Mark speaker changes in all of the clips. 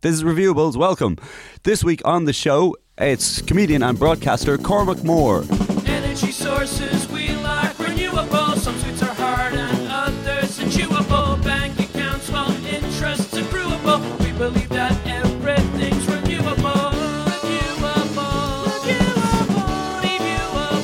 Speaker 1: This is Reviewables. Welcome. This week on the show, it's comedian and broadcaster Cormac Moore.
Speaker 2: Energy sources we like renewable. Some sweets are hard and others are chewable. Bank accounts, well, interests accruable. We believe that everything's renewable. Renewable. Renewable.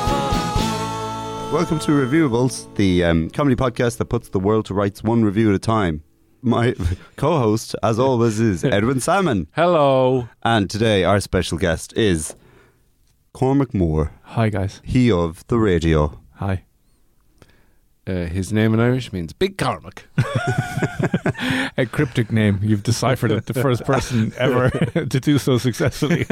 Speaker 2: Renewable.
Speaker 1: Welcome to Reviewables, the um, comedy podcast that puts the world to rights one review at a time. My co host, as always, is Edwin Salmon.
Speaker 3: Hello.
Speaker 1: And today, our special guest is Cormac Moore,
Speaker 3: Hi, guys.
Speaker 1: he of the radio.
Speaker 3: Hi. Uh, his name in Irish means Big Cormac.
Speaker 4: a cryptic name. You've deciphered it. The first person ever to do so successfully.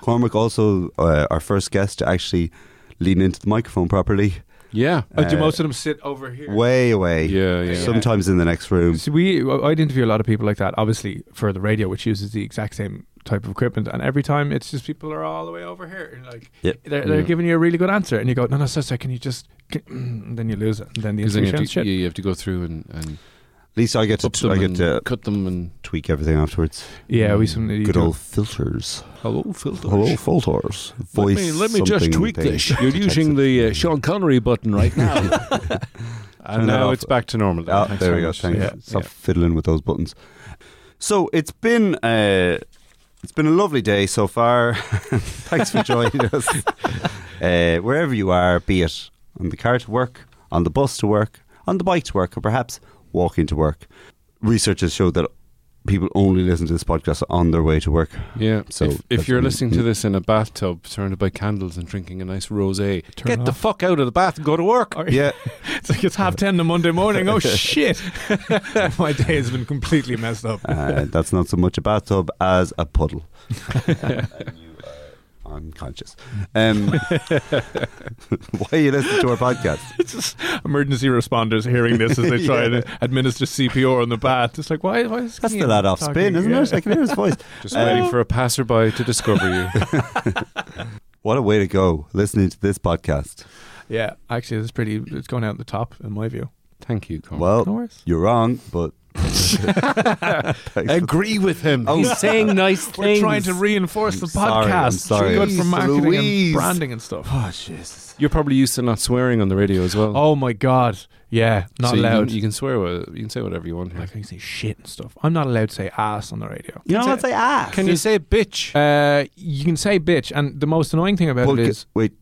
Speaker 1: Cormac, also uh, our first guest to actually lean into the microphone properly,
Speaker 3: Yeah.
Speaker 1: Uh, do most
Speaker 3: of them sit over here?
Speaker 1: way away.
Speaker 3: Yeah, yeah.
Speaker 1: Sometimes in the next room.
Speaker 4: so we, I'd interview a lot of people like that. Obviously, for the radio, which uses the exact same type of equipment, and every time it's just people are all the way over here, and like
Speaker 1: Yep.
Speaker 4: they're, they're
Speaker 3: Yeah.
Speaker 4: giving you a really good answer, and you go, no, no, sir, sir, can you just? Can, and then you lose it, and then the
Speaker 3: Because then you
Speaker 4: interview
Speaker 3: have,
Speaker 4: sounds
Speaker 3: to,
Speaker 4: shit.
Speaker 3: you have to go through and, and
Speaker 1: At least I get to,
Speaker 3: up them
Speaker 1: I get
Speaker 3: and
Speaker 1: to
Speaker 3: cut them and
Speaker 1: tweak everything afterwards.
Speaker 4: Yeah, we some you
Speaker 1: Good
Speaker 4: do-
Speaker 1: old filters.
Speaker 3: hello, filter.
Speaker 1: Hello, filters.
Speaker 3: Let
Speaker 1: Voice.
Speaker 3: me, let me just
Speaker 1: something
Speaker 3: tweak
Speaker 1: thing.
Speaker 3: this. You're using the uh, Sean Connery button right now.
Speaker 1: Turn
Speaker 3: and
Speaker 1: that
Speaker 3: now
Speaker 1: off.
Speaker 3: it's back to normal.
Speaker 1: Oh,
Speaker 3: Thanks
Speaker 1: there
Speaker 3: so
Speaker 1: we go.
Speaker 3: much.
Speaker 1: Thanks.
Speaker 3: Yeah.
Speaker 1: Stop fiddling with those buttons. So it's been uh, it's been a lovely day so far. Thanks for joining us. Uh, wherever you are, be it on the car to work, on the bus to work, on the bike to work, or perhaps walking to work. Research has showed that people only listen to this podcast on their way to work.
Speaker 3: Yeah.
Speaker 1: So
Speaker 3: if,
Speaker 1: that's
Speaker 3: if you're
Speaker 1: me. Mm.
Speaker 3: listening to this in a bathtub surrounded by candles and drinking a nice rosé,
Speaker 4: Turn
Speaker 3: get the
Speaker 4: off.
Speaker 3: fuck out of the bath and go to work.
Speaker 4: Or-
Speaker 1: Yeah,
Speaker 4: it's like it's half ten on Monday morning. Oh shit! My day has been completely messed up.
Speaker 1: uh, that's not so much a bathtub as a puddle. And you are unconscious. Um, why are you listening to our podcast?
Speaker 4: emergency responders hearing this as they try and administer CPR on the bath. It's like, why? why is
Speaker 1: That's the
Speaker 4: Keane
Speaker 1: lad off
Speaker 4: talking?
Speaker 1: spin, isn't
Speaker 4: Yeah.
Speaker 1: it? I can hear his voice.
Speaker 3: Just
Speaker 1: Uh,
Speaker 3: waiting for a passerby to discover you.
Speaker 1: What a way to go listening to this podcast.
Speaker 4: Yeah, actually, it's pretty. It's going out the top in my view.
Speaker 3: Thank you, Colin.
Speaker 4: No
Speaker 1: Well,
Speaker 4: worries.
Speaker 1: you're wrong, but
Speaker 3: agree with him.
Speaker 1: Oh.
Speaker 3: He's saying nice
Speaker 4: We're
Speaker 3: things.
Speaker 4: trying to reinforce the
Speaker 1: Sorry, I'm
Speaker 4: podcast.
Speaker 1: sorry.
Speaker 4: It's good for
Speaker 1: Jeez
Speaker 4: marketing
Speaker 1: Louise.
Speaker 4: and branding and stuff.
Speaker 1: oh Jesus,
Speaker 3: You're probably used to not swearing on the radio as well.
Speaker 4: Oh my god! Yeah, not
Speaker 3: So you
Speaker 4: allowed.
Speaker 3: Can, you can swear. wha- You can say whatever you want. here.
Speaker 4: like I can say shit and stuff. I'm not allowed to say ass on the radio.
Speaker 1: you know what they ask?
Speaker 3: Can you say bitch?
Speaker 4: Uh, you can say bitch, and the most annoying thing about
Speaker 1: Well,
Speaker 4: it
Speaker 1: g-
Speaker 4: is.
Speaker 1: wait,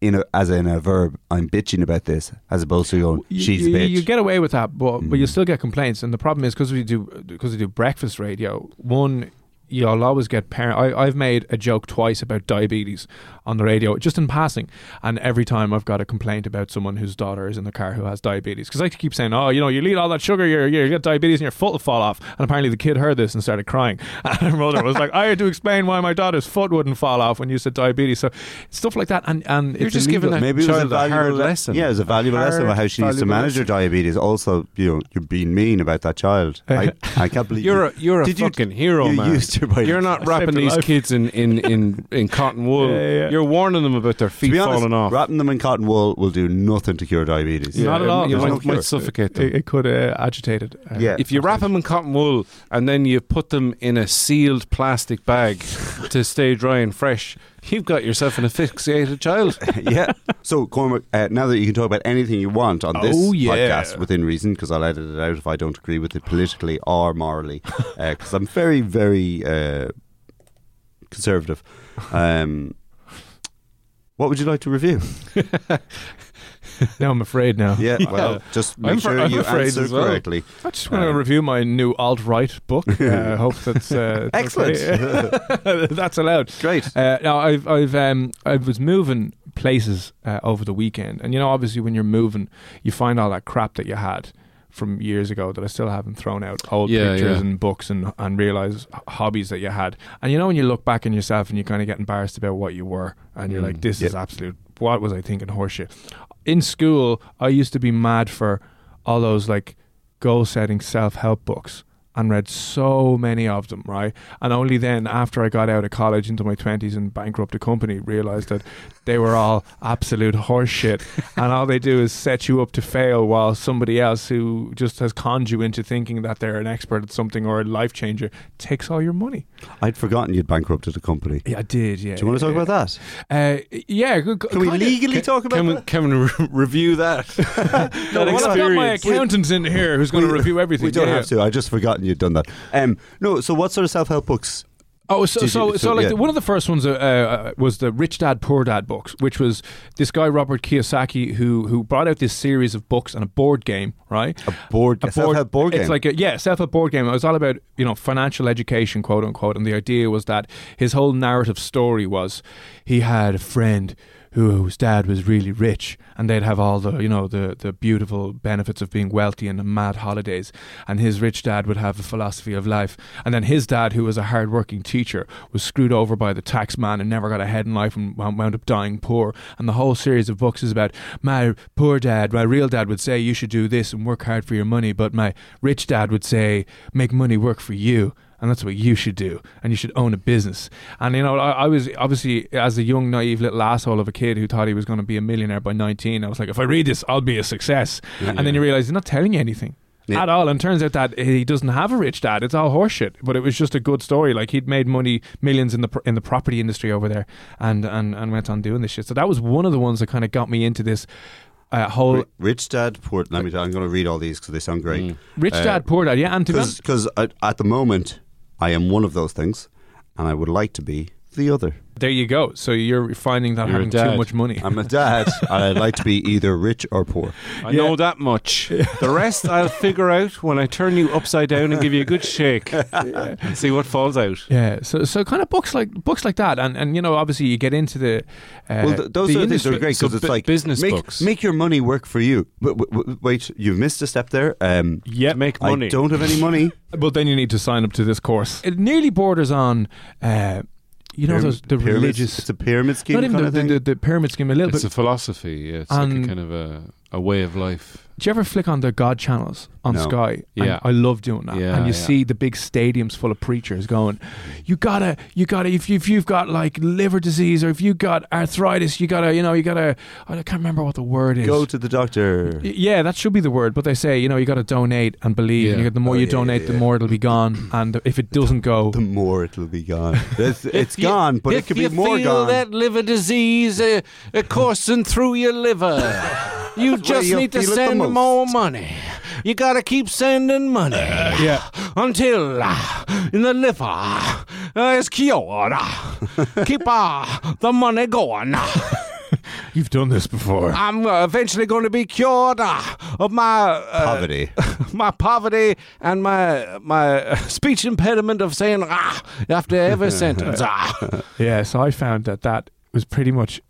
Speaker 1: in a, as in a verb, I'm bitching about this, as opposed to going, she's a
Speaker 4: you,
Speaker 1: bitch.
Speaker 4: you get away with that, but but you
Speaker 1: Mm.
Speaker 4: still get complaints. And the problem is because we do because we do breakfast radio. One, you'll always get parent. I, I've made a joke twice about diabetes on the radio, just in passing, and every time I've got a complaint about someone whose daughter is in the car who has diabetes because I keep saying, oh, you know, you eat all that sugar, you're, you're, you get diabetes, and your foot will fall off. And apparently the kid heard this and started crying. And her mother was like, I had to explain why my daughter's foot wouldn't fall off when you said diabetes. So stuff like that, and and
Speaker 3: You're
Speaker 4: it's
Speaker 3: just
Speaker 4: illegal.
Speaker 3: giving that
Speaker 1: Maybe it was a
Speaker 3: child a hard
Speaker 1: valuable le-
Speaker 3: lesson.
Speaker 1: Yeah, it was a valuable lesson about
Speaker 3: hard,
Speaker 1: how she needs to
Speaker 3: valuable
Speaker 1: manage her diabetes. Also, you know, you're being mean about that child. I, I can't believe
Speaker 3: You're a you're a
Speaker 1: Did you-
Speaker 3: fucking hero,
Speaker 1: you
Speaker 3: man.
Speaker 1: used to by
Speaker 3: you're not wrapping
Speaker 4: their
Speaker 3: these
Speaker 4: life.
Speaker 3: kids in in in, in cotton wool.
Speaker 4: Yeah, yeah.
Speaker 3: You're warning them about their
Speaker 1: To
Speaker 3: feet
Speaker 1: be honest,
Speaker 3: falling off.
Speaker 1: wrapping them in cotton wool will do nothing to cure diabetes.
Speaker 4: Yeah. Not at all.
Speaker 3: You
Speaker 1: There's
Speaker 3: might,
Speaker 1: no
Speaker 3: might
Speaker 1: cure.
Speaker 3: suffocate them.
Speaker 4: It, it could uh, agitate it. Uh,
Speaker 1: Yeah.
Speaker 3: if you wrap them in cotton wool and then you put them in a sealed plastic bag to stay dry and fresh, you've got yourself an asphyxiated child.
Speaker 1: yeah. So, Cormac, uh, now that you can talk about anything you want on this
Speaker 4: Oh, yeah.
Speaker 1: podcast within reason, because I'll edit it out if I don't agree with it politically or morally, because I'm very, very uh, conservative. Um, what would you like to review?
Speaker 4: Now I'm afraid now.
Speaker 1: Yeah, well, just make
Speaker 3: I'm fr-
Speaker 1: sure
Speaker 3: I'm
Speaker 1: you
Speaker 3: afraid
Speaker 1: answer
Speaker 3: as well.
Speaker 1: correctly.
Speaker 4: I just want to
Speaker 1: Uh,
Speaker 4: review my new alt right book. Uh, I hope that's uh, it's
Speaker 1: Excellent.
Speaker 4: okay. that's allowed.
Speaker 1: Great.
Speaker 4: Uh, now I've I've um I was moving places uh, over the weekend, and you know obviously when you're moving, you find all that crap that you had from years ago that I still haven't thrown out old
Speaker 3: Yeah,
Speaker 4: pictures
Speaker 3: yeah.
Speaker 4: and books and and realize h- hobbies that you had, and you know when you look back on yourself and you kind of get embarrassed about what you were, and you're
Speaker 3: Mm.
Speaker 4: like, this
Speaker 1: Yep.
Speaker 4: is absolute. What was I thinking? Horseshit. In school, I used to be mad for all those like goal setting self help books. and read so many of them, right? And only then, after I got out of college into my 20s and bankrupt a company, realized that they were all absolute horseshit. and all they do is set you up to fail while somebody else who just has conned you into thinking that they're an expert at something or a life changer takes all your money.
Speaker 1: I'd forgotten you'd bankrupted a company.
Speaker 4: Yeah, I did. Yeah.
Speaker 1: Do you want to talk about that?
Speaker 4: that? Uh, yeah. Can
Speaker 1: Can we legally talk about
Speaker 3: Can we,
Speaker 1: that?
Speaker 3: can we re- review that? that
Speaker 4: well, I've got my accountants in here who's going to review everything.
Speaker 1: We don't
Speaker 4: yeah.
Speaker 1: have to. I just forgotten you'd done that. Um, no. So, what sort of self-help books?
Speaker 4: Oh, so
Speaker 1: Did you-
Speaker 4: so, so
Speaker 1: so,
Speaker 4: like
Speaker 1: yeah.
Speaker 4: the, one of the first ones uh, uh, was the Rich Dad Poor Dad books, which was this guy Robert Kiyosaki who who brought out this series of books and a board game, right?
Speaker 1: A board, a self-help board game.
Speaker 4: It's like a, yeah, self-help board game. It was all about you know financial education, quote unquote, and the idea was that his whole narrative story was he had a friend who- whose dad was really rich, and they'd have all the you know the the beautiful benefits of being wealthy and the mad holidays, and his rich dad would have a philosophy of life, and then his dad, who was a hard-working teacher, was screwed over by the tax man and never got ahead in life and wound wound up dying poor, and the whole series of books is about my poor dad, my real dad would say you should do this and work hard for your money, but my rich dad would say make money work for you. And that's what you should do. And you should own a business. And, you know, I, I was obviously, as a young, naive little asshole of a kid who thought he was going to be a millionaire by 19, I was like, if I read this, I'll be a success. And then you realize he's not telling you anything
Speaker 1: Yeah.
Speaker 4: at all. And turns out that he doesn't have a rich dad. It's all horseshit. But it was just a good story. Like he'd made money, millions in the pr- in the property industry over there, and and and went on doing this shit. So that was one of the ones that kind of got me into this. Uh, whole
Speaker 1: Ri- Rich Dad Poor. Let me. I'm going to read all these because they sound great.
Speaker 4: rich
Speaker 1: Uh,
Speaker 4: dad, poor dad, yeah. And to be honest-
Speaker 1: Because at the moment, I am one of those things, and I would like to be the other.
Speaker 4: there you go. So you're finding that
Speaker 3: You're a
Speaker 4: having too
Speaker 3: dad.
Speaker 4: much money.
Speaker 1: I'm a dad, and I'd like to be either rich or poor.
Speaker 3: I know that much. The rest I'll figure out when I turn you upside down and give you a good shake and see what falls out.
Speaker 4: yeah. So so kind of books like books like that, and and you know obviously you get into the. Uh,
Speaker 1: Well, th- those
Speaker 4: the
Speaker 1: are things that
Speaker 4: industry-
Speaker 1: are great
Speaker 3: so
Speaker 1: because it's
Speaker 3: bu-
Speaker 1: like
Speaker 3: business
Speaker 1: make,
Speaker 3: books.
Speaker 1: Make your money work for you. But w- w- wait, you've missed a step there. Um,
Speaker 3: Yeah, make money.
Speaker 1: I don't have any money.
Speaker 4: But then you need to sign up to this course. It nearly borders on, uh, you know,
Speaker 1: Pyram-
Speaker 4: those, the
Speaker 1: pyramids-
Speaker 4: religious.
Speaker 1: It's a pyramid scheme.
Speaker 4: not even
Speaker 1: kind
Speaker 4: the,
Speaker 1: of thing.
Speaker 4: the, the, the pyramid scheme a little
Speaker 3: It's
Speaker 4: bit.
Speaker 3: a philosophy. Yeah, it's like
Speaker 4: And-
Speaker 3: a kind of a, a way of life.
Speaker 4: Do you ever flick on the God channels on
Speaker 1: No.
Speaker 4: Sky? And
Speaker 3: Yeah.
Speaker 4: I love doing that.
Speaker 3: Yeah,
Speaker 4: and you
Speaker 3: yeah.
Speaker 4: see the big stadiums full of preachers going, "You gotta, you gotta. If, you, if you've got like liver disease or if you've got arthritis, you gotta, you know, you gotta. I can't remember what the word is.
Speaker 1: Go to the doctor.
Speaker 4: Y- Yeah, that should be the word. But they say, you know, you got to donate and believe.
Speaker 3: Yeah.
Speaker 4: And you got, the more
Speaker 1: Oh,
Speaker 4: you
Speaker 1: yeah,
Speaker 4: donate,
Speaker 1: yeah,
Speaker 4: the
Speaker 1: yeah.
Speaker 4: more it'll be gone. And if it doesn't go,
Speaker 1: The more it'll be gone. It's, it's gone, but it could be more gone.
Speaker 3: liver disease uh, coursing through your liver, you
Speaker 1: just you need to feel it the send most. more
Speaker 3: money. You gotta keep sending money.
Speaker 4: yeah,
Speaker 3: until uh, in the liver uh, is cured. Uh, keep uh, the money going. Uh,
Speaker 4: you've done this before.
Speaker 3: I'm uh, eventually going to be cured uh, of my uh,
Speaker 1: Poverty.
Speaker 3: my poverty and my my uh, speech impediment of saying ah after every sentence. Ah.
Speaker 4: Yeah, so I found that that was pretty much.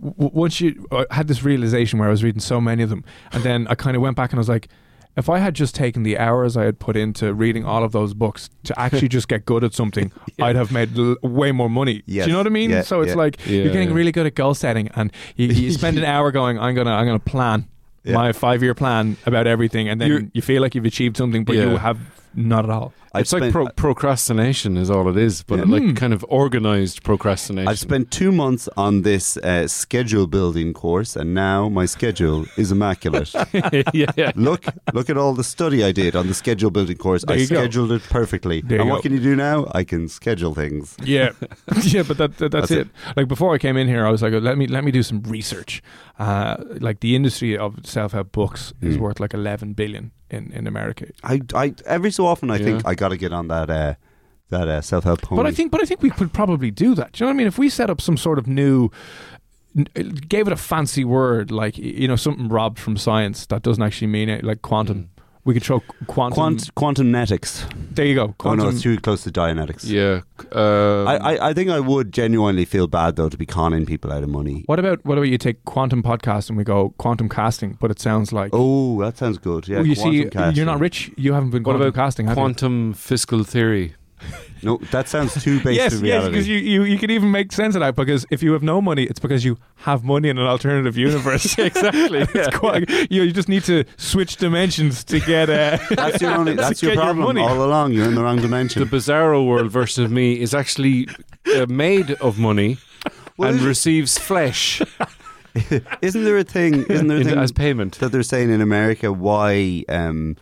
Speaker 4: W- once you I had this realization where I was reading so many of them, and then I kind of went back and I was like, if I had just taken the hours I had put into reading all of those books to actually just get good at something, I'd have made l- way more money.
Speaker 1: Yes.
Speaker 4: Do you know what I mean?
Speaker 1: Yeah,
Speaker 4: so it's
Speaker 1: yeah.
Speaker 4: like
Speaker 3: Yeah,
Speaker 4: you're getting
Speaker 3: yeah.
Speaker 4: really good at goal setting, and you, you spend an hour going, "I'm gonna, I'm gonna plan
Speaker 1: Yeah.
Speaker 4: my five year plan about everything," and then
Speaker 3: You're-
Speaker 4: you feel like you've achieved something, but you
Speaker 3: Yeah.
Speaker 4: have not at all.
Speaker 1: I've
Speaker 3: it's like
Speaker 1: spent-
Speaker 3: pro- procrastination is all it is, but
Speaker 1: Yeah.
Speaker 3: like
Speaker 4: Hmm.
Speaker 3: kind of organized procrastination.
Speaker 1: I've spent two months on this uh, schedule building course, and now my schedule is immaculate.
Speaker 3: yeah.
Speaker 1: look, look at all the study I did on the schedule building course.
Speaker 4: There
Speaker 1: I
Speaker 4: you go.
Speaker 1: scheduled it perfectly.
Speaker 4: There you
Speaker 1: and
Speaker 4: go.
Speaker 1: what can you do now? I can schedule things.
Speaker 4: Yeah, yeah, but that, that that's,
Speaker 1: That's
Speaker 4: it.
Speaker 1: it.
Speaker 4: Like before I came in here, I was like, let me let me do some research. Uh, like the industry of self help books is
Speaker 1: Hmm.
Speaker 4: worth like eleven billion in in America.
Speaker 1: I, I every so often I
Speaker 3: Yeah.
Speaker 1: think I got to get on that uh, that uh, self help pony.
Speaker 4: But I think but I think we could probably do that. Do you know what I mean? If we set up some sort of new n- uh, gave it a fancy word like y- you know something robbed from science that doesn't actually mean it like quantum we could throw
Speaker 1: Mm.
Speaker 4: quantum
Speaker 1: Quant, quantumnetics.
Speaker 4: there you go
Speaker 1: Oh
Speaker 4: quantum
Speaker 1: no, it's too close to Dianetics.
Speaker 3: Yeah. Um,
Speaker 1: I, I, I think I would genuinely feel bad though to be conning people out of money.
Speaker 4: what about what about you take quantum podcast and we go quantum casting but it sounds like
Speaker 1: Oh, that sounds good. Yeah,
Speaker 4: Well, you
Speaker 1: quantum
Speaker 4: see
Speaker 1: casting.
Speaker 4: you're not rich you haven't been
Speaker 3: What
Speaker 4: quantum
Speaker 3: about
Speaker 4: casting have you?
Speaker 3: quantum fiscal theory.
Speaker 1: No, that sounds too based
Speaker 4: yes,
Speaker 1: in
Speaker 4: yes,
Speaker 1: reality.
Speaker 4: because you, you, you can even make sense of that because if you have no money, it's because you have money in an alternative universe.
Speaker 3: exactly.
Speaker 4: It's quite- you, you just need to switch dimensions to get uh,
Speaker 1: that's your only. That's your
Speaker 4: get your
Speaker 1: problem
Speaker 4: money.
Speaker 1: all along. You're in the wrong
Speaker 3: The
Speaker 1: dimension.
Speaker 3: Bizarro world version of me is actually uh, made of money
Speaker 1: Well,
Speaker 3: and
Speaker 1: is-
Speaker 3: receives flesh
Speaker 1: Isn't there a thing? Isn't there a
Speaker 3: in-
Speaker 1: thing
Speaker 3: as payment.
Speaker 1: that they're saying in America why um,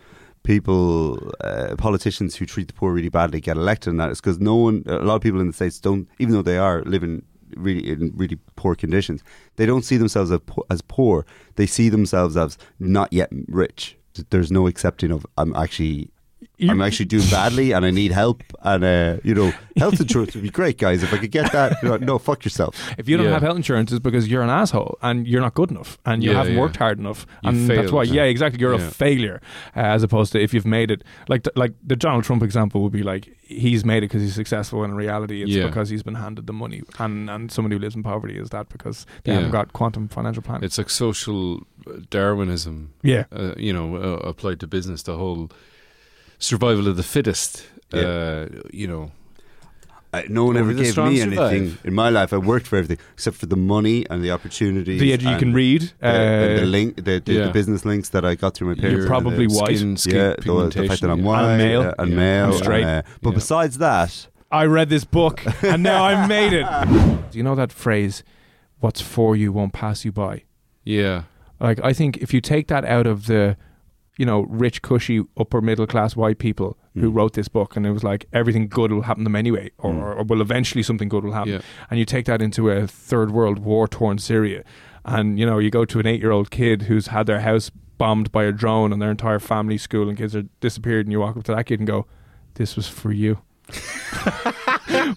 Speaker 1: people, uh, politicians who treat the poor really badly get elected, and that is because no one, a lot of people in the states don't, even though they are living really in really poor conditions, they don't see themselves as, po- as poor. They see themselves as not yet rich. There's no accepting of I'm actually. I'm actually doing badly, and I need help. And uh, you know, health insurance would be great, guys. If I could get that, you know, no, fuck yourself.
Speaker 4: If you don't
Speaker 3: Yeah.
Speaker 4: have health insurance, it's because you're an asshole and you're not good enough and you
Speaker 3: Yeah,
Speaker 4: haven't
Speaker 3: yeah.
Speaker 4: worked hard enough.
Speaker 3: You
Speaker 4: and that's
Speaker 3: failed.
Speaker 4: why, yeah, exactly. You're
Speaker 3: Yeah.
Speaker 4: a failure uh, as opposed to if you've made it. Like, th- like the Donald Trump example would be like, he's made it because he's successful. In reality, it's
Speaker 3: Yeah.
Speaker 4: because he's been handed the money. And, and somebody who lives in poverty is that because they
Speaker 3: Yeah.
Speaker 4: haven't got quantum financial planning.
Speaker 3: It's like social uh, Darwinism,
Speaker 4: yeah.
Speaker 3: uh, you know, uh, applied to business. The whole survival of the fittest. Uh, you know,
Speaker 1: I, Uh, no one
Speaker 3: Only
Speaker 1: ever
Speaker 3: the
Speaker 1: gave
Speaker 3: strong
Speaker 1: me
Speaker 3: survive.
Speaker 1: anything in my life. I worked for everything except for the money and the opportunities.
Speaker 4: The edge you
Speaker 1: and
Speaker 4: can read.
Speaker 1: the, and the
Speaker 4: uh,
Speaker 1: link, the, the,
Speaker 3: yeah.
Speaker 1: the business links that I got through my parents.
Speaker 4: You're
Speaker 1: and
Speaker 4: probably
Speaker 1: the,
Speaker 4: white.
Speaker 3: skin, skin
Speaker 1: yeah, the, the fact
Speaker 3: pigmentation,
Speaker 1: that I'm
Speaker 3: yeah.
Speaker 1: white
Speaker 4: And male.
Speaker 1: uh, and
Speaker 3: Yeah.
Speaker 1: male,
Speaker 4: I'm straight.
Speaker 1: and, uh, but
Speaker 3: Yeah.
Speaker 1: besides that,
Speaker 4: I read this book and now I made it. Do you know that phrase, what's for you won't pass you by?
Speaker 3: Yeah,
Speaker 4: Like I think if you take that out of the, you know, rich, cushy, upper middle class white people who
Speaker 1: Mm.
Speaker 4: wrote this book, and it was like everything good will happen to them anyway, or,
Speaker 1: Mm.
Speaker 4: or will eventually something good will happen,
Speaker 3: yeah.
Speaker 4: and you take that into a third world war torn Syria, and you know you go to an eight year old kid who's had their house bombed by a drone and their entire family, school, and kids are disappeared, and you walk up to that kid and go, "This was for you."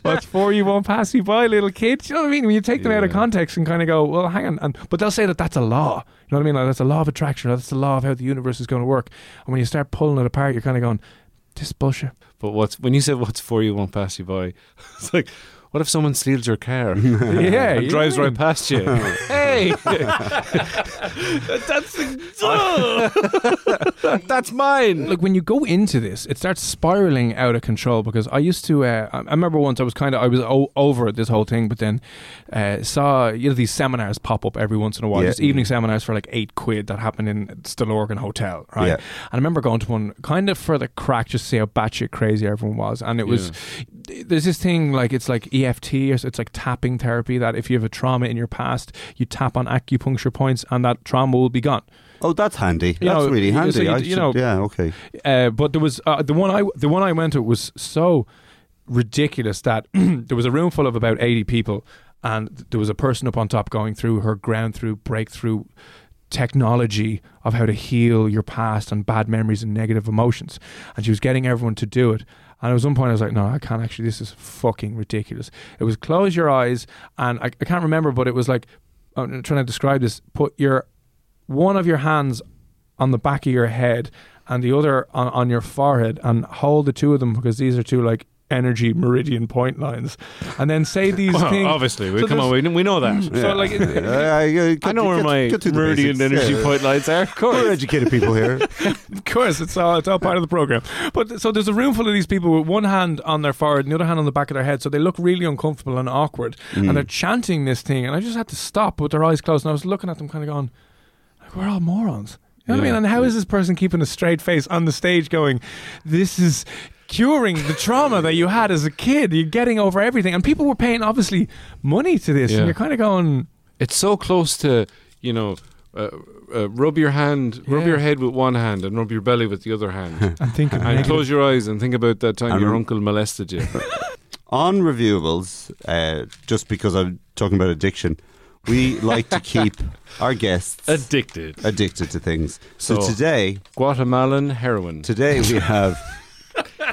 Speaker 4: What's for you won't pass you by, little kid. Do you know what I mean? When you take them out of
Speaker 3: Yeah.
Speaker 4: context and kind of go, well, hang on, and but they'll say that that's a law. You know what I mean? Like that's a law of attraction. Or that's the law of how the universe is going to work. And when you start pulling it apart, you're kind of going, this is bullshit.
Speaker 3: But what's when you said what's for you won't pass you by? It's like, what if someone steals your car?
Speaker 4: yeah,
Speaker 3: and
Speaker 4: you
Speaker 3: drives
Speaker 4: know what I
Speaker 3: right
Speaker 4: mean?
Speaker 3: past you. hey, that's that's mine.
Speaker 4: Like when you go into this, it starts spiraling out of control because I used to. Uh, I I remember once I was kind of I was o- over this whole thing, but then uh, saw you know these seminars pop up every once in a while.
Speaker 1: Yeah.
Speaker 4: These evening seminars for like eight quid that happened in Stillorgan Hotel, right?
Speaker 1: Yeah.
Speaker 4: And I remember going to one kind of for the crack, just to see how batshit crazy everyone was, and it was there's this thing like it's like EFT or so- it's like tapping therapy that if you have a trauma in your past, you tap on acupuncture points and that trauma will be gone.
Speaker 1: oh, that's handy.
Speaker 4: You
Speaker 1: that's
Speaker 4: know,
Speaker 1: really
Speaker 4: you-
Speaker 1: handy.
Speaker 4: so you-
Speaker 1: I
Speaker 4: you
Speaker 1: should-
Speaker 4: know-
Speaker 1: yeah, okay.
Speaker 4: Uh, but there was uh, the one I the one I went to was so ridiculous that there was a room full of about eighty people, and there was a person up on top going through her ground through breakthrough technology of how to heal your past and bad memories and negative emotions, and she was getting everyone to do it. And at one point, I was like, "No, I can't actually. This is fucking ridiculous." It was close your eyes, and I, I can't remember, but it was like I'm trying to describe this. Put your one of your hands on the back of your head and the other on, on your forehead and hold the two of them because these are two like energy meridian point lines and then say these
Speaker 3: Well,
Speaker 4: things
Speaker 3: obviously, we,
Speaker 4: So
Speaker 3: come on, we, we know that.
Speaker 4: so like it-
Speaker 1: I,
Speaker 3: I know where my meridian energy point lights are. Of
Speaker 1: We're
Speaker 3: course.
Speaker 1: educated people here.
Speaker 4: of course it's all it's all part of the program but so there's a room full of these people with one hand on their forehead and the other hand on the back of their head so they look really uncomfortable and awkward
Speaker 3: Mm.
Speaker 4: and they're chanting this thing and i just had to stop with their eyes closed and i was looking at them kind of going like we're all morons you know what i
Speaker 3: Yeah.
Speaker 4: mean and how is this person keeping a straight face on the stage going this is curing the trauma that you had as a kid you're getting over everything and people were paying obviously money to this
Speaker 3: Yeah.
Speaker 4: and you're kind of going
Speaker 3: It's so close to you know. Uh, uh, rub your hand, rub
Speaker 4: Yeah.
Speaker 3: your head with one hand, and rub your belly with the other hand,
Speaker 4: i'm thinking
Speaker 3: and close your eyes and think about that time
Speaker 1: And
Speaker 3: your
Speaker 1: rem-
Speaker 3: uncle molested you.
Speaker 1: on reviewables, uh, just because I'm talking about addiction, we like to keep our guests
Speaker 3: Addicted.
Speaker 1: addicted to things. so
Speaker 3: So-
Speaker 1: today,
Speaker 3: Guatemalan heroin.
Speaker 1: today we have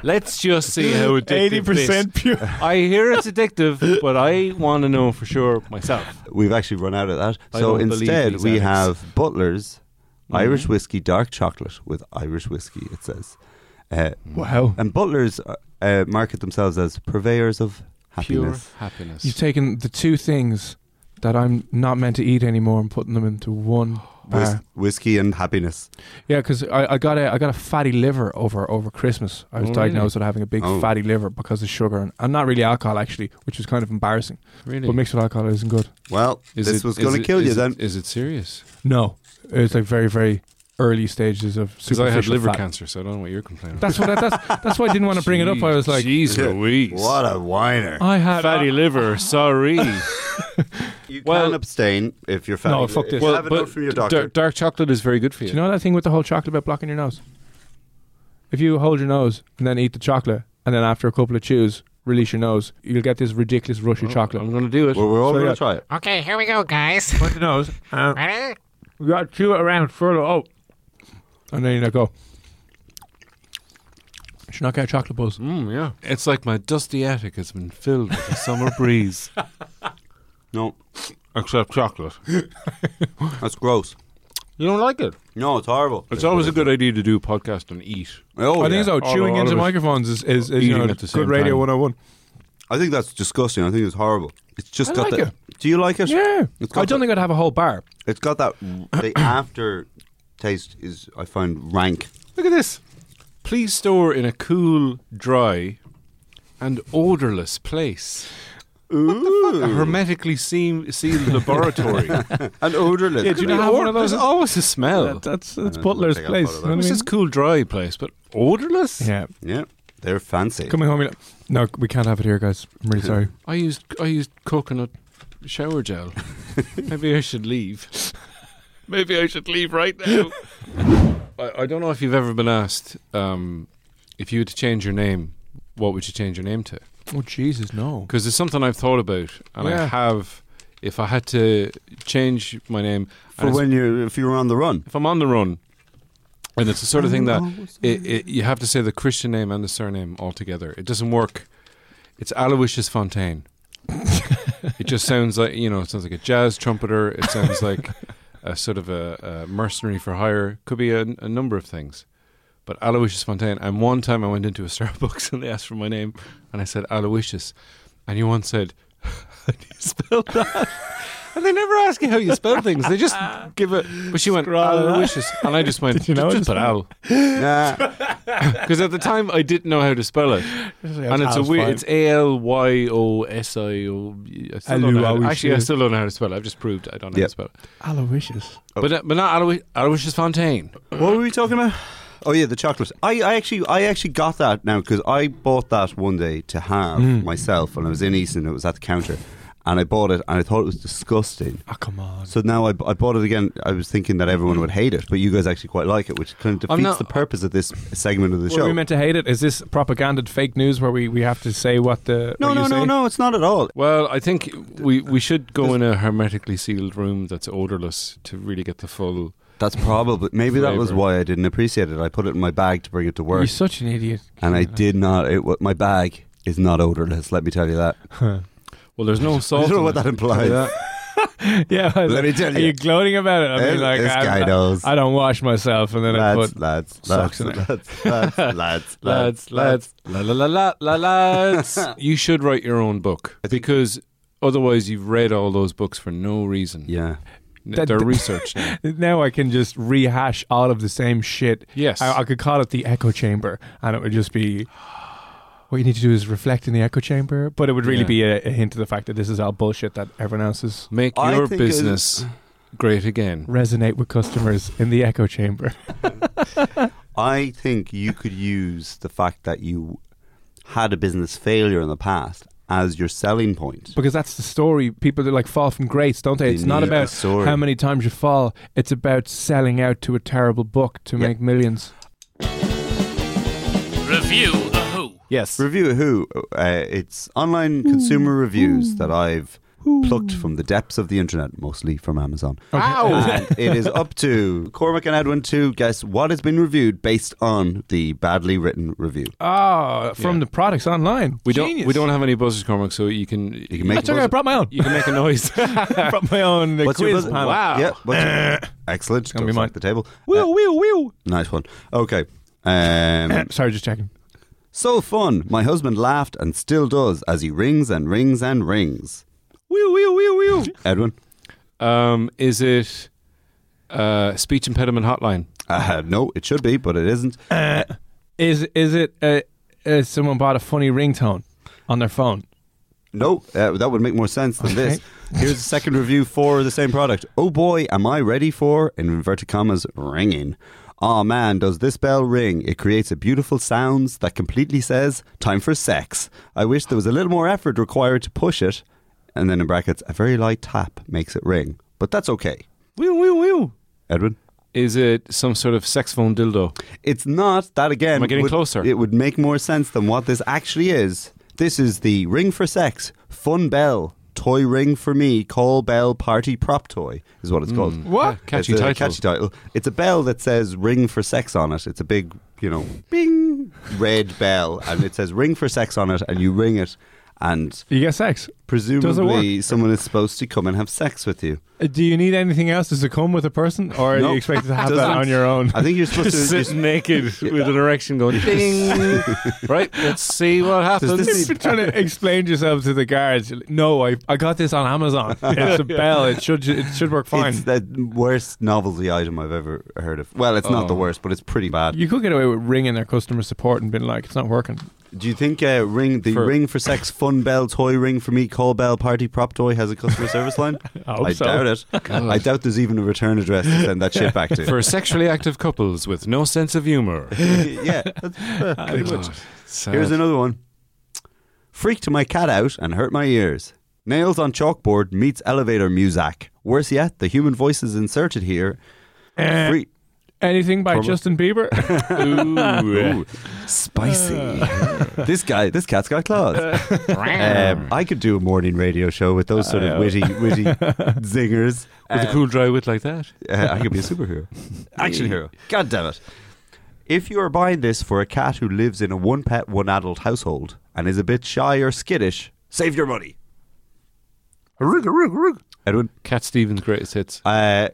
Speaker 3: Let's just see how addictive
Speaker 4: 80% pure
Speaker 3: this- I hear it's addictive, but I want to know for sure myself.
Speaker 1: We've actually run out of that.
Speaker 3: I
Speaker 1: so
Speaker 3: don't believe
Speaker 1: instead,
Speaker 3: these
Speaker 1: we
Speaker 3: addicts. Mm-hmm.
Speaker 1: have Butler's Irish whiskey dark chocolate with Irish whiskey. It says, uh,
Speaker 4: wow
Speaker 1: and Butler's uh, uh, market themselves as purveyors of
Speaker 3: Pure
Speaker 1: happiness.
Speaker 3: happiness.
Speaker 4: You've taken the two things that I'm not meant to eat anymore and putting them into one
Speaker 1: Whis-
Speaker 4: bar.
Speaker 1: whiskey and happiness.
Speaker 4: Yeah, because I, I got a I got a fatty liver over over Christmas. I was
Speaker 3: Oh,
Speaker 4: diagnosed with having a big
Speaker 1: Oh.
Speaker 4: fatty liver because of sugar and, and not really alcohol actually, which was kind of embarrassing.
Speaker 3: Really?
Speaker 4: But mixed with alcohol isn't good.
Speaker 1: Well, this
Speaker 3: it-
Speaker 1: was
Speaker 3: is
Speaker 1: going to
Speaker 3: it-
Speaker 1: kill you
Speaker 3: is it-
Speaker 1: then.
Speaker 3: Is it serious?
Speaker 4: No, it's like very very early stages of
Speaker 3: Because I had
Speaker 4: superficial
Speaker 3: liver
Speaker 4: fat.
Speaker 3: cancer, so I don't know what you're complaining about.
Speaker 4: That's what I, that's that's why I didn't want to bring it up. I was like,
Speaker 3: Jeez Louise.
Speaker 1: What a whiner.
Speaker 4: I had
Speaker 3: Fatty liver, sorry.
Speaker 1: You
Speaker 3: Well-
Speaker 1: can abstain if you're fat.
Speaker 4: No, fuck this.
Speaker 1: Well, have a note from your
Speaker 3: d- dar-
Speaker 1: doctor.
Speaker 3: Dark, chocolate is very good for you.
Speaker 4: Do you know that thing with the whole chocolate about blocking your nose? If you hold your nose and then eat the chocolate, and then after a couple of chews, release your nose, you'll get this ridiculous rush of chocolate.
Speaker 3: I'm going to do it.
Speaker 1: well, we're all
Speaker 4: So,
Speaker 1: going to
Speaker 4: yeah.
Speaker 1: try it.
Speaker 5: Okay, here we go, guys.
Speaker 4: Point the nose. Uh,
Speaker 5: Ready?
Speaker 4: you got to chew it around, further oh. out. And then you let go. You should not get a chocolate buzz.
Speaker 1: Oh,
Speaker 3: Mm, yeah. It's like my dusty attic has been filled with a summer breeze.
Speaker 1: No,
Speaker 3: Except chocolate.
Speaker 1: that's gross.
Speaker 3: You don't like it?
Speaker 1: No, it's horrible.
Speaker 3: It's always a good idea to do a podcast and eat.
Speaker 1: Oh,
Speaker 4: I think
Speaker 1: yeah.
Speaker 4: so.
Speaker 3: All-
Speaker 4: Chewing
Speaker 3: all
Speaker 4: into
Speaker 3: of us
Speaker 4: microphones is, is, is
Speaker 3: eating
Speaker 4: you know,
Speaker 3: at the same
Speaker 4: good radio
Speaker 3: time.
Speaker 4: 101.
Speaker 1: I think that's disgusting. I think it's horrible. It's just
Speaker 4: I
Speaker 1: got
Speaker 4: like
Speaker 1: that. Do you like it?
Speaker 4: Yeah.
Speaker 1: It's got
Speaker 4: I don't
Speaker 1: that-
Speaker 4: think I'd have a whole bar.
Speaker 1: It's got that. The after taste is, I find, rank.
Speaker 3: Look at this. Please store in a cool, dry, and odorless place. A hermetically seam- sealed laboratory.
Speaker 1: And odorless.
Speaker 4: Yeah, do you know how one of those-
Speaker 3: There's always a smell.
Speaker 4: that's
Speaker 1: that's Butler's Oh. take a place, photo of you know that. what I
Speaker 3: This is cool, dry place, but odorless.
Speaker 4: yeah.
Speaker 1: Yeah, they're fancy.
Speaker 4: Coming home, you're like, no, we can't have it here, guys. I'm really sorry.
Speaker 3: I used I used coconut shower gel. Maybe I should leave. Maybe I should leave right now. I, I don't know if you've ever been asked um, if you had to change your name, what would you change your name to?
Speaker 4: Oh, Jesus, no.
Speaker 3: Because it's something I've thought about, and I
Speaker 4: Yeah.
Speaker 3: have. If I had to change my name, and
Speaker 1: for
Speaker 3: it's-
Speaker 1: when you if you were on the run.
Speaker 3: if I'm on the run, and it's the sort of thing that
Speaker 1: Oh.
Speaker 3: it, it, you have to say the Christian name and the surname all together. It doesn't work. It's Aloysius Fontaine. it just sounds like you know, it sounds like a jazz trumpeter. It sounds like a sort of a, a mercenary for hire. Could be a, a number of things. But Aloysius Fontaine. And one time I went into a Starbucks and they asked for my name, and I said Aloysius, and you one said, "How do you spell that?" And they never ask you how you spell things. They just give it. But she went Aloysius, and I just went.
Speaker 4: Did you know
Speaker 3: just
Speaker 4: how
Speaker 3: put
Speaker 4: to
Speaker 3: Al.
Speaker 1: Yeah,
Speaker 3: Because at the time I didn't know how to spell it, and it's a weird. It's A L Y O S I O. I still don't know how to-
Speaker 4: Aloysius.
Speaker 3: Actually, I still don't know how to spell it. I've just proved I don't know how
Speaker 1: Yeah. Oh.
Speaker 3: to spell it.
Speaker 4: Aloysius.
Speaker 3: But uh, but not Aloy- Aloysius Fontaine.
Speaker 1: what were we talking about? Oh yeah, the chocolate. I, I actually I actually got that now because I bought that one day to have
Speaker 4: Mm.
Speaker 1: myself when I was in Easton. It was at the counter, and I bought it and I thought it was disgusting.
Speaker 4: Oh, come on.
Speaker 1: So now I, I bought it again. I was thinking that
Speaker 4: Hmm.
Speaker 1: everyone would hate it, but you guys actually quite like it, which kind of
Speaker 3: I'm
Speaker 1: defeats
Speaker 3: not-
Speaker 1: the purpose of this segment of the
Speaker 4: Were
Speaker 1: show.
Speaker 4: we meant to hate it? Is this propaganda fake news where we, we have to say what the.
Speaker 1: no,
Speaker 4: what you
Speaker 1: no, no,
Speaker 4: say?
Speaker 1: no. It's not at all.
Speaker 3: Well, I think we we should go in a hermetically sealed room that's odorless to really get the full.
Speaker 1: That's probably maybe that was
Speaker 3: Flavor.
Speaker 1: why I didn't appreciate it. I put it in my bag to bring it to
Speaker 4: You're
Speaker 1: work,
Speaker 4: such an idiot.
Speaker 1: and I did not. It, wa- my bag is not odorless. Let me tell you that.
Speaker 3: Well, there's no
Speaker 1: I
Speaker 3: salt.
Speaker 1: don't know
Speaker 3: in
Speaker 1: what
Speaker 3: it.
Speaker 1: that implies.
Speaker 4: yeah. I was
Speaker 1: Let
Speaker 4: like,
Speaker 1: me tell
Speaker 4: Are
Speaker 1: you.
Speaker 4: you gloating about it? I
Speaker 1: Eh,
Speaker 4: mean, like,
Speaker 1: this
Speaker 4: I,
Speaker 1: guy
Speaker 4: I,
Speaker 1: knows.
Speaker 4: I don't wash myself and then I
Speaker 1: lads,
Speaker 4: put.
Speaker 1: lads, lads,
Speaker 4: socks in
Speaker 1: lads,
Speaker 4: it.
Speaker 1: lads, lads, lads,
Speaker 3: lads, lads, la la la la la lads. you should write your own book because otherwise you've read all those books for no reason.
Speaker 1: Yeah,
Speaker 3: N-
Speaker 4: That-
Speaker 3: they're researched now.
Speaker 4: Now I can just rehash all of the same shit.
Speaker 3: Yes.
Speaker 4: I, I could call it the echo chamber and it would just be. What you need to do is reflect in the echo chamber, but it would really
Speaker 3: Yeah.
Speaker 4: be a, a hint to the fact that this is all bullshit that everyone else is
Speaker 3: Make
Speaker 1: I
Speaker 3: your
Speaker 1: think it is-
Speaker 3: business great again.
Speaker 4: resonate with customers in the echo chamber.
Speaker 1: I think you could use the fact that you had a business failure in the past as your selling point.
Speaker 4: because that's the story. People that like fall from grace, don't they?
Speaker 1: They
Speaker 4: It's not
Speaker 1: need the
Speaker 4: about
Speaker 1: story.
Speaker 4: how many times you fall. It's about selling out to a terrible book to
Speaker 1: Yeah.
Speaker 4: make millions.
Speaker 2: Review a who.
Speaker 6: Yes.
Speaker 1: Review Who, uh, it's online
Speaker 4: Hmm.
Speaker 1: consumer reviews that I've plucked from the depths of the internet, mostly from Amazon. And it is up to Cormac and Edwin to guess what has been reviewed based on the badly written review.
Speaker 4: Ah, from
Speaker 3: Yeah.
Speaker 4: the products online.
Speaker 3: We don't
Speaker 4: Genius.
Speaker 3: we don't have any buzzers, Cormac, so you can you
Speaker 1: can make
Speaker 4: That's okay. I brought my own.
Speaker 3: you can make a noise.
Speaker 4: I brought my own uh, quiz
Speaker 1: buzzer?
Speaker 4: panel.
Speaker 1: Yeah, what's your- excellent. It's
Speaker 4: gonna be mine.
Speaker 1: The table. Uh,
Speaker 4: Wheel, wheel, wheel.
Speaker 1: nice one. Okay. Um,
Speaker 4: Sorry, just checking.
Speaker 1: So fun. My husband laughed and still does as he rings and rings and rings.
Speaker 4: Woo, woo, woo, woo.
Speaker 1: Edwin?
Speaker 3: Um, is it uh, speech impediment hotline?
Speaker 1: Uh, no, it should be, but it isn't.
Speaker 4: Is is it uh, uh, someone bought a funny ringtone on their phone?
Speaker 1: No, uh, that would make more sense than this. Here's a second review for the same product. Oh boy, am I ready for, in inverted commas, ringing. Aw man, does this bell ring? It creates a beautiful sounds that completely says, time for sex. I wish there was a little more effort required to push it. And then in brackets, a very light tap makes it ring. But that's okay.
Speaker 4: Woo, woo, woo.
Speaker 1: Edwin?
Speaker 3: Is it some sort of sex phone dildo?
Speaker 1: It's not that again.
Speaker 3: Am I getting
Speaker 1: would-
Speaker 3: closer?
Speaker 1: It would make more sense than what this actually is. This is the ring for sex, fun bell, toy ring for me, call bell party prop toy is what it's called.
Speaker 4: What?
Speaker 3: Hmm. Catchy
Speaker 1: it's a
Speaker 3: title.
Speaker 1: Catchy title. It's a bell that says ring for sex on it. It's a big, you know, bing red bell, and it says ring for sex on it, and you ring it, and
Speaker 4: You get sex.
Speaker 1: presumably someone is supposed to come and have sex with you.
Speaker 4: Uh, Do you need anything else? Does it come with a person, or are
Speaker 1: No.
Speaker 4: you expected to have that
Speaker 1: Doesn't.
Speaker 4: on your own?
Speaker 1: I think you're supposed to.
Speaker 3: Sit naked with an erection going ding. right, let's see what happens.
Speaker 1: this
Speaker 4: You've been trying to explain yourself to the guards. You're like, No, I, I got this on Amazon. It's a bell. It should it should work fine.
Speaker 1: It's the worst novelty item I've ever heard of. Well, it's not the
Speaker 3: Oh.
Speaker 1: worst, but it's pretty bad.
Speaker 4: You could get away with ringing their customer support and being like, "It's not working."
Speaker 1: Do you think uh, ring the
Speaker 3: For-
Speaker 1: ring for sex fun bell toy ring for me call bell party prop toy has a customer service line?
Speaker 4: I hope so.
Speaker 1: doubt it. I doubt there's even a return address to send that shit back to.
Speaker 3: for sexually active couples with no sense of humor.
Speaker 1: yeah, that's uh, pretty much.
Speaker 3: God, sad.
Speaker 1: Here's another one. Freaked my cat out and hurt my ears. Nails on chalkboard meets elevator music. Worse yet, the human voice is inserted here.
Speaker 4: Eh.
Speaker 1: Free-
Speaker 4: Anything by
Speaker 1: Probably.
Speaker 4: Justin Bieber?
Speaker 1: Ooh, spicy. this guy, this cat's got claws. um, I could do a morning radio show with those sort of witty, witty zingers.
Speaker 3: with a
Speaker 1: Um,
Speaker 3: cool dry wit like that.
Speaker 1: uh, I could be a superhero, action hero. God damn it! If you are buying this for a cat who lives in a one pet, one adult household and is a bit shy or skittish, save your money. Edwin,
Speaker 3: Cat Stevens' greatest hits.
Speaker 1: uh,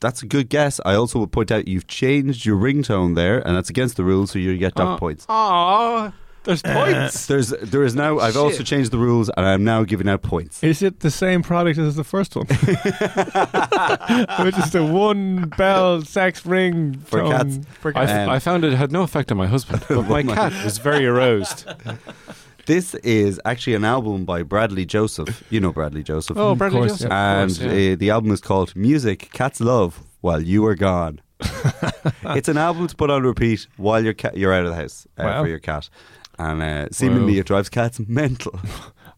Speaker 1: that's a good guess. I also would point out you've changed your ringtone there, and that's against the rules, so you get dock points.
Speaker 3: Oh, there's
Speaker 4: Eh,
Speaker 3: points.
Speaker 1: There's there is now I've also changed the rules and I'm now giving out points.
Speaker 4: Is it the same product as the first one? Which is the one bell sex ring
Speaker 1: For
Speaker 4: tone
Speaker 1: cats.
Speaker 4: For
Speaker 3: I,
Speaker 4: cats.
Speaker 3: f-
Speaker 1: Um,
Speaker 3: I found it had no effect on my husband, but my
Speaker 1: my-
Speaker 3: cat was very aroused.
Speaker 1: This is actually an album by Bradley Joseph. You know Bradley Joseph.
Speaker 3: Oh, Bradley
Speaker 4: course,
Speaker 3: Joseph.
Speaker 1: and
Speaker 3: of course, yeah.
Speaker 1: uh, the album is called Music Cats Love While You Are Gone. it's an album to put on repeat while your cat you're out of the house uh,
Speaker 4: Wow.
Speaker 1: for your cat. And uh, seemingly
Speaker 3: Wow.
Speaker 1: it drives cats mental.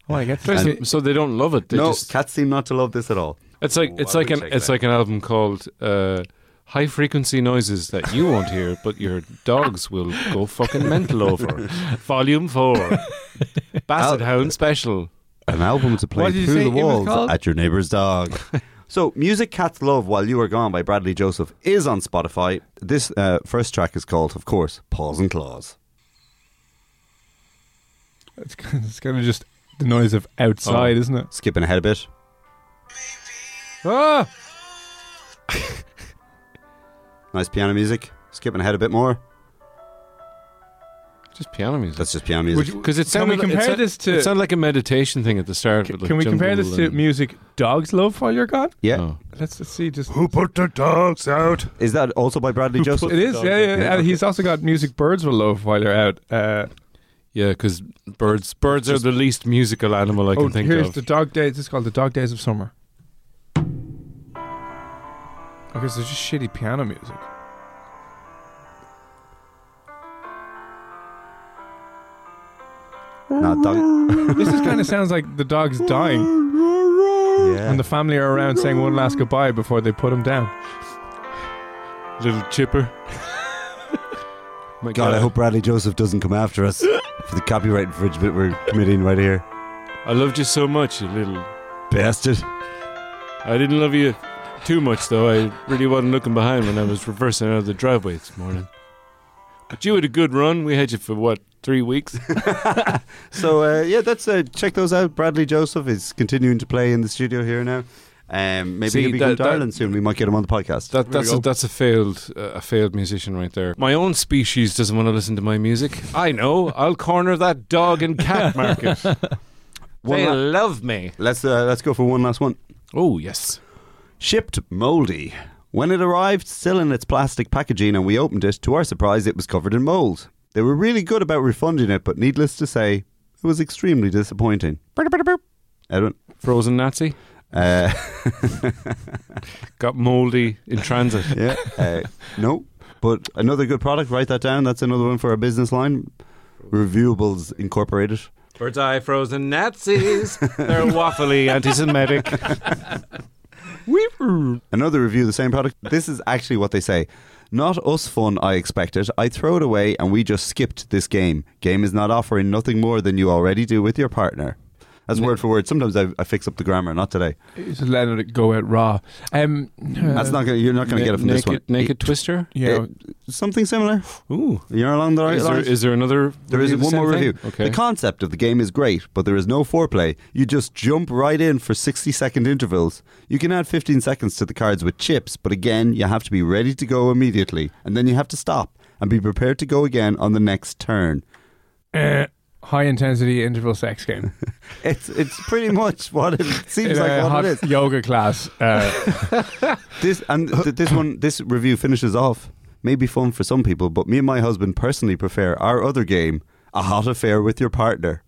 Speaker 4: oh, I get
Speaker 3: There's
Speaker 4: this.
Speaker 3: some- so they don't love it. They
Speaker 1: no,
Speaker 3: just,
Speaker 1: cats seem not to love this at all.
Speaker 3: it's like
Speaker 1: Ooh,
Speaker 3: it's
Speaker 1: I
Speaker 3: like
Speaker 1: would
Speaker 3: an
Speaker 1: take
Speaker 3: it's
Speaker 1: that.
Speaker 3: like an album called uh, High Frequency Noises that you won't hear, but your dogs will go fucking mental over. Volume four, Basset Hound Special.
Speaker 1: An album to play
Speaker 4: What did you
Speaker 1: through
Speaker 4: say
Speaker 1: the
Speaker 4: it was
Speaker 1: walls
Speaker 4: called?
Speaker 1: at your neighbor's dog. so, Music Cats Love While You Are Gone by Bradley Joseph is on Spotify. This uh, first track is called, of course, Paws and Claws.
Speaker 4: It's, it's kind of just the noise of outside,
Speaker 3: Oh.
Speaker 4: isn't it?
Speaker 1: Skipping ahead a bit.
Speaker 4: Ah!
Speaker 1: Nice piano music. Skipping ahead a bit more.
Speaker 3: Just piano music.
Speaker 1: That's just piano music.
Speaker 3: because it
Speaker 4: Can we
Speaker 3: sounded like- it
Speaker 4: compare
Speaker 3: sou-
Speaker 4: this to-
Speaker 3: It sounded like a meditation thing at the start. with, like,
Speaker 4: Can we compare this
Speaker 3: jungle
Speaker 4: to
Speaker 3: and-
Speaker 4: music dogs love while you're gone?
Speaker 1: yeah.
Speaker 3: Oh.
Speaker 4: Let's, let's see. Just
Speaker 5: put the dogs out?
Speaker 1: Is that also by Bradley Joseph?
Speaker 4: it is. Yeah, yeah.
Speaker 1: Yeah,
Speaker 4: yeah.
Speaker 1: okay.
Speaker 4: He's also got music birds will love while you're out. Uh,
Speaker 3: Yeah, because birds birds are the least musical animal I
Speaker 4: oh,
Speaker 3: can think
Speaker 4: here's
Speaker 3: of.
Speaker 4: the dog days. This is called the dog days of summer. Okay, so it's just shitty piano music.
Speaker 1: Nah, dog-
Speaker 4: This is kind of sounds like the dog's dying,
Speaker 1: yeah.
Speaker 4: and the family are around saying one last goodbye before they put him down.
Speaker 3: Little chipper. My
Speaker 1: God, I hope Bradley Joseph doesn't come after us for the copyright infringement we're committing right here.
Speaker 3: I loved you so much, you little.
Speaker 1: Bastard.
Speaker 3: I didn't love you too much, though. I really wasn't looking behind when I was reversing out of the driveway this morning. But you had a good run. We had you for what three weeks?
Speaker 1: So uh, yeah, that's uh, check those out. Bradley Joseph is continuing to play in the studio here now. Um, maybe
Speaker 3: See,
Speaker 1: he'll be coming
Speaker 3: that-
Speaker 1: to
Speaker 3: that-
Speaker 1: Ireland soon. We might get him on the podcast.
Speaker 3: That, that's
Speaker 4: go.
Speaker 3: a, that's a failed uh, a failed musician right there. My own species doesn't want to listen to my music. I know. I'll corner that dog and cat market.
Speaker 1: One la-
Speaker 3: love me.
Speaker 1: let's uh, let's go for one last one.
Speaker 3: Oh yes.
Speaker 1: Shipped moldy. When it arrived, still in its plastic packaging, and we opened it, to our surprise, it was covered in mold. They were really good about refunding it, but needless to say, it was extremely disappointing. Edwin,
Speaker 3: Frozen Nazi
Speaker 1: uh,
Speaker 3: got moldy in transit.
Speaker 1: yeah, uh, no, but another good product. Write that down. That's another one for our business line, Reviewables Incorporated.
Speaker 3: Bird's eye frozen Nazis. They're waffly, anti-Semitic.
Speaker 1: Another review of the same product. This is actually what they say. Not us fun, I expected. I throw it away and we just skipped this game. Game is not offering nothing more than you already do with your partner. That's word for word. Sometimes I, I fix up the grammar, not today.
Speaker 4: Just letting it go out raw. Um,
Speaker 1: That's not gonna, you're not going to get it from
Speaker 3: Uh,
Speaker 1: this
Speaker 3: naked,
Speaker 1: one.
Speaker 3: Naked Twister.
Speaker 4: you know,
Speaker 1: It- something similar.
Speaker 3: Ooh.
Speaker 1: You're along the right
Speaker 3: Is there,
Speaker 1: lines.
Speaker 3: is there another?
Speaker 1: There is
Speaker 3: review of the
Speaker 1: one
Speaker 3: same
Speaker 1: more
Speaker 3: thing?
Speaker 1: review.
Speaker 3: Okay.
Speaker 1: The concept of the game is great, but there is no foreplay. You just jump right in for 60 second intervals. You can add 15 seconds to the cards with chips, but again, you have to be ready to go immediately, and then you have to stop and be prepared to go again on the next turn.
Speaker 4: uh, high intensity interval sex game.
Speaker 1: It's it's pretty much what it seems
Speaker 4: In
Speaker 1: like
Speaker 4: a
Speaker 1: what
Speaker 4: hot
Speaker 1: it is.
Speaker 4: yoga class. Uh,
Speaker 1: This and th- this one this review finishes off. May be fun for some people, but me and my husband personally prefer our other game, a hot affair with your partner.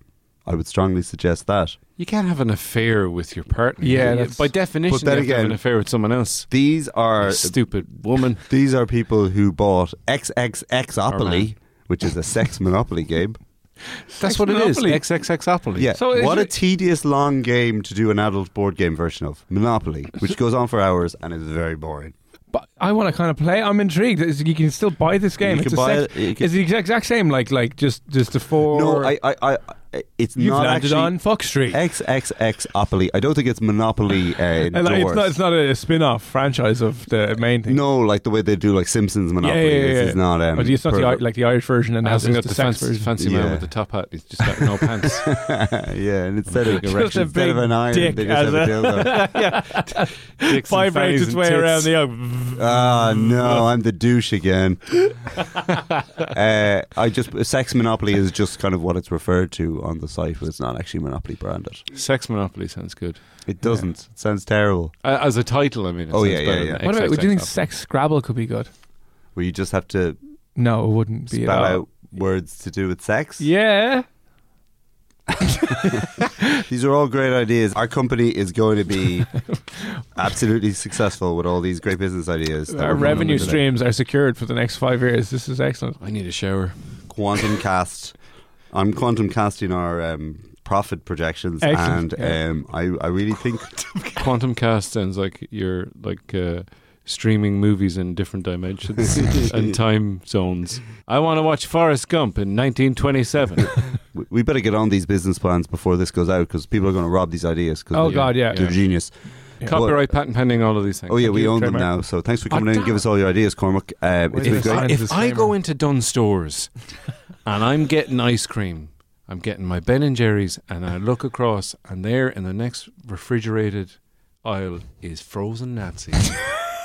Speaker 1: I would strongly suggest that.
Speaker 3: You can't have an affair with your partner.
Speaker 4: Yeah,
Speaker 3: You-
Speaker 4: that's-
Speaker 3: by definition,
Speaker 1: But then
Speaker 3: you have to have
Speaker 1: again- Uh,
Speaker 3: an affair with someone else.
Speaker 1: These are
Speaker 3: Stupid woman.
Speaker 1: These are people who bought
Speaker 3: Or man.
Speaker 1: XXXopoly, which is a sex monopoly game.
Speaker 3: That's what it is.
Speaker 4: Monopoly.
Speaker 3: XXXopoly.
Speaker 1: Yeah.
Speaker 4: So is
Speaker 1: what a
Speaker 4: it-
Speaker 1: tedious long game to do an adult board game version of. Monopoly, which goes on for hours and is very boring.
Speaker 4: but I want to kind of play. I'm intrigued. Is- You can still buy this game.
Speaker 1: You
Speaker 4: it's
Speaker 1: can
Speaker 4: a
Speaker 1: buy
Speaker 4: sex-
Speaker 1: it, you can-
Speaker 4: It's the exact, exact same. Like like just just the four.
Speaker 1: no, I, I, I, I- it's
Speaker 4: You've
Speaker 1: not
Speaker 4: landed
Speaker 1: actually
Speaker 4: on Fuck Street.
Speaker 1: XXXopoly. I don't think it's Monopoly uh,
Speaker 4: And, like, it's
Speaker 1: indoors.
Speaker 4: not it's not a spin off franchise of the main thing.
Speaker 1: no, like the way they do like Simpsons Monopoly. This is not. Um,
Speaker 4: But Oh, it's not the, I-
Speaker 1: pervert.
Speaker 4: like the Irish version and
Speaker 3: And
Speaker 4: that's
Speaker 3: hasn't
Speaker 4: the,
Speaker 3: got the,
Speaker 4: sex
Speaker 3: fancy,
Speaker 4: version.
Speaker 3: fancy man
Speaker 1: Yeah.
Speaker 3: with the top hat. He's just got no pants.
Speaker 1: yeah, and instead of
Speaker 3: Just a
Speaker 1: instead of
Speaker 4: big
Speaker 1: an iron,
Speaker 4: dick
Speaker 1: they just have
Speaker 4: as
Speaker 1: a
Speaker 4: a-
Speaker 1: dildo.
Speaker 3: Dicks and
Speaker 4: Vibrates
Speaker 3: fangs
Speaker 4: its
Speaker 3: and
Speaker 4: way
Speaker 3: tits.
Speaker 4: around the oak.
Speaker 1: Ah, no, I'm the douche again. uh, I just sex monopoly is just kind of what it's referred to on the site, but it's not actually monopoly branded.
Speaker 3: Sex Monopoly sounds good.
Speaker 1: It doesn't. It sounds terrible.
Speaker 3: Uh, as a title, I mean. It
Speaker 1: Oh,
Speaker 3: sounds
Speaker 1: yeah, yeah,
Speaker 3: better
Speaker 1: yeah.
Speaker 3: than
Speaker 4: What about? Would you think
Speaker 3: XXXopoly.
Speaker 4: sex Scrabble could be good?
Speaker 1: Where you just have to
Speaker 4: No, it wouldn't be. at
Speaker 1: spell
Speaker 4: all.
Speaker 1: out words to do with sex.
Speaker 4: Yeah.
Speaker 1: These are all great ideas. Our company is going to be absolutely successful with all these great business ideas. that
Speaker 4: Our
Speaker 1: we're running
Speaker 4: revenue
Speaker 1: with today.
Speaker 4: streams are secured for the next five years. This is excellent.
Speaker 3: I need a shower.
Speaker 1: Quantum cast. I'm quantum casting our um, profit projections,
Speaker 4: Excellent. Yeah.
Speaker 1: and um, I, I really think
Speaker 3: Quantum Cast sounds like you're like uh, streaming movies in different dimensions and time zones. I want to watch Forrest Gump in 1927.
Speaker 1: we- we better get on these business plans before this goes out because people are going to rob these ideas because
Speaker 4: Oh
Speaker 1: they're,
Speaker 4: God, yeah.
Speaker 1: they're genius.
Speaker 3: Copyright, patent pending, all of these things.
Speaker 1: Oh yeah,
Speaker 4: Thank
Speaker 1: we
Speaker 4: you,
Speaker 1: own them
Speaker 4: trademark.
Speaker 1: now. So thanks for
Speaker 3: Oh,
Speaker 1: coming in and
Speaker 3: damn.
Speaker 1: give us all your ideas, Cormac. Uh, it's
Speaker 4: Wait,
Speaker 1: been
Speaker 4: it's
Speaker 1: great.
Speaker 4: fine.
Speaker 3: if I
Speaker 4: disclaimer.
Speaker 3: go into Dunn stores and I'm getting ice cream, I'm getting my Ben and Jerry's, and I look across, and there in the next refrigerated aisle is frozen Nazis.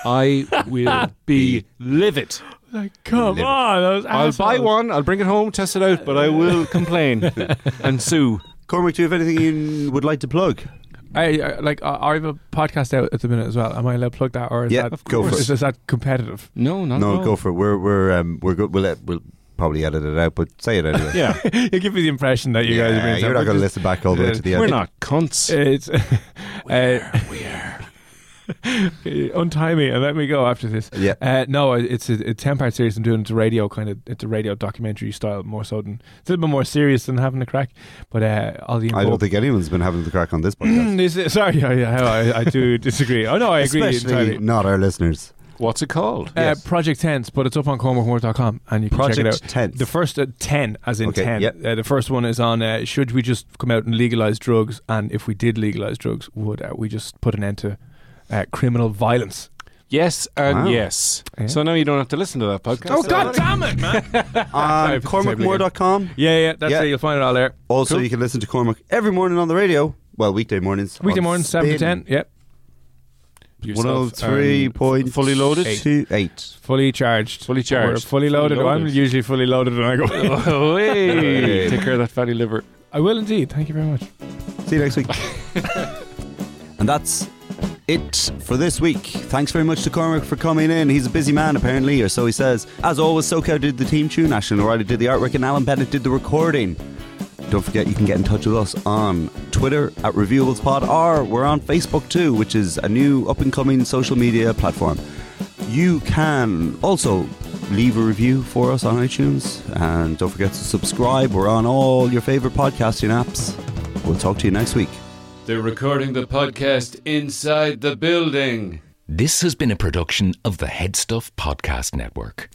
Speaker 3: I will be livid.
Speaker 4: Like, come
Speaker 1: Live.
Speaker 4: on, those
Speaker 3: I'll buy
Speaker 4: assholes.
Speaker 3: one, I'll bring it home, test it out, but I will complain and sue.
Speaker 1: Cormac, do you have anything you would like to plug?
Speaker 4: I, I like. I, I have a podcast out at the minute as well. Am I allowed to plug that, or is
Speaker 1: Yeah,
Speaker 4: that
Speaker 1: go for
Speaker 4: is,
Speaker 1: it.
Speaker 4: is that competitive?
Speaker 3: No, not at
Speaker 1: no,
Speaker 3: all.
Speaker 1: go for it. We're we're um, we're good. We'll, uh, we'll probably edit it out, but say it anyway.
Speaker 3: Yeah,
Speaker 4: you give me the impression that you guys. Are
Speaker 1: Yeah,
Speaker 4: being
Speaker 1: you're not going to
Speaker 4: to
Speaker 1: listen back all the way to the
Speaker 3: we're
Speaker 1: end.
Speaker 3: not cunts.
Speaker 4: It's uh, untie me and let me go after this.
Speaker 1: Yeah.
Speaker 4: Uh, no, it's a, a ten part series. I'm doing it's a radio kind of it's a radio documentary style more so than it's a little bit more serious than having a crack. But uh, all the
Speaker 1: I don't
Speaker 4: involved-
Speaker 1: think anyone's been having the crack on this podcast,
Speaker 4: Mm, Is it- sorry, I, I, I- I do disagree. Oh no, I agree
Speaker 1: especially
Speaker 4: entirely.
Speaker 1: not our listeners.
Speaker 3: What's it called?
Speaker 1: yes.
Speaker 4: Uh, Project Tense, but it's up on cormacmore.com and you can check it out.
Speaker 1: Project Tense.
Speaker 4: The first uh, 10, as in
Speaker 1: Okay,
Speaker 4: 10.
Speaker 1: yep.
Speaker 4: Uh, the first one is on uh, should we just come out and legalize drugs? And if we did legalize drugs, would uh, we just put an end to uh, criminal violence?
Speaker 3: Yes and
Speaker 1: Wow.
Speaker 3: yes.
Speaker 4: Yeah.
Speaker 3: So now you don't have to listen to that podcast.
Speaker 4: Oh, God damn it, man.
Speaker 1: on
Speaker 4: Sorry for
Speaker 1: Um,
Speaker 4: the table again.
Speaker 1: CormacMoore.com.
Speaker 4: yeah, yeah, that's
Speaker 1: Yeah.
Speaker 4: it. You'll find it all there.
Speaker 1: Also,
Speaker 3: Cool.
Speaker 1: you can listen to Cormac every morning on the radio. Well, weekday mornings.
Speaker 4: Weekday
Speaker 1: on
Speaker 4: morning, 7 to
Speaker 1: Spin.
Speaker 4: 10. Yep.
Speaker 3: Yourself and
Speaker 1: 103.8.
Speaker 3: fully loaded.
Speaker 1: Two, eight.
Speaker 4: Fully charged.
Speaker 3: Fully charged.
Speaker 4: We're fully loaded.
Speaker 3: Fully
Speaker 4: I'm
Speaker 3: loaded.
Speaker 4: usually fully loaded and I go.
Speaker 3: Oh, hey.
Speaker 1: Hey.
Speaker 3: Take care of that fatty liver.
Speaker 4: I will indeed. Thank you very much.
Speaker 1: See you next week. and that's it for this week. Thanks very much to Cormac for coming in. He's a busy man, apparently, or so he says. As always, SoCal did the team tune, Ashton O'Reilly did the artwork, and Alan Bennett did the recording. Don't forget you can get in touch with us on Twitter at ReviewablesPod, or we're on Facebook too, which is a new up and coming social media platform. You can also leave a review for us on iTunes, and don't forget to subscribe. We're on all your favorite podcasting apps. We'll talk to you next week.
Speaker 3: They're recording the podcast inside the building.
Speaker 5: This has been a production of the Headstuff Podcast Network.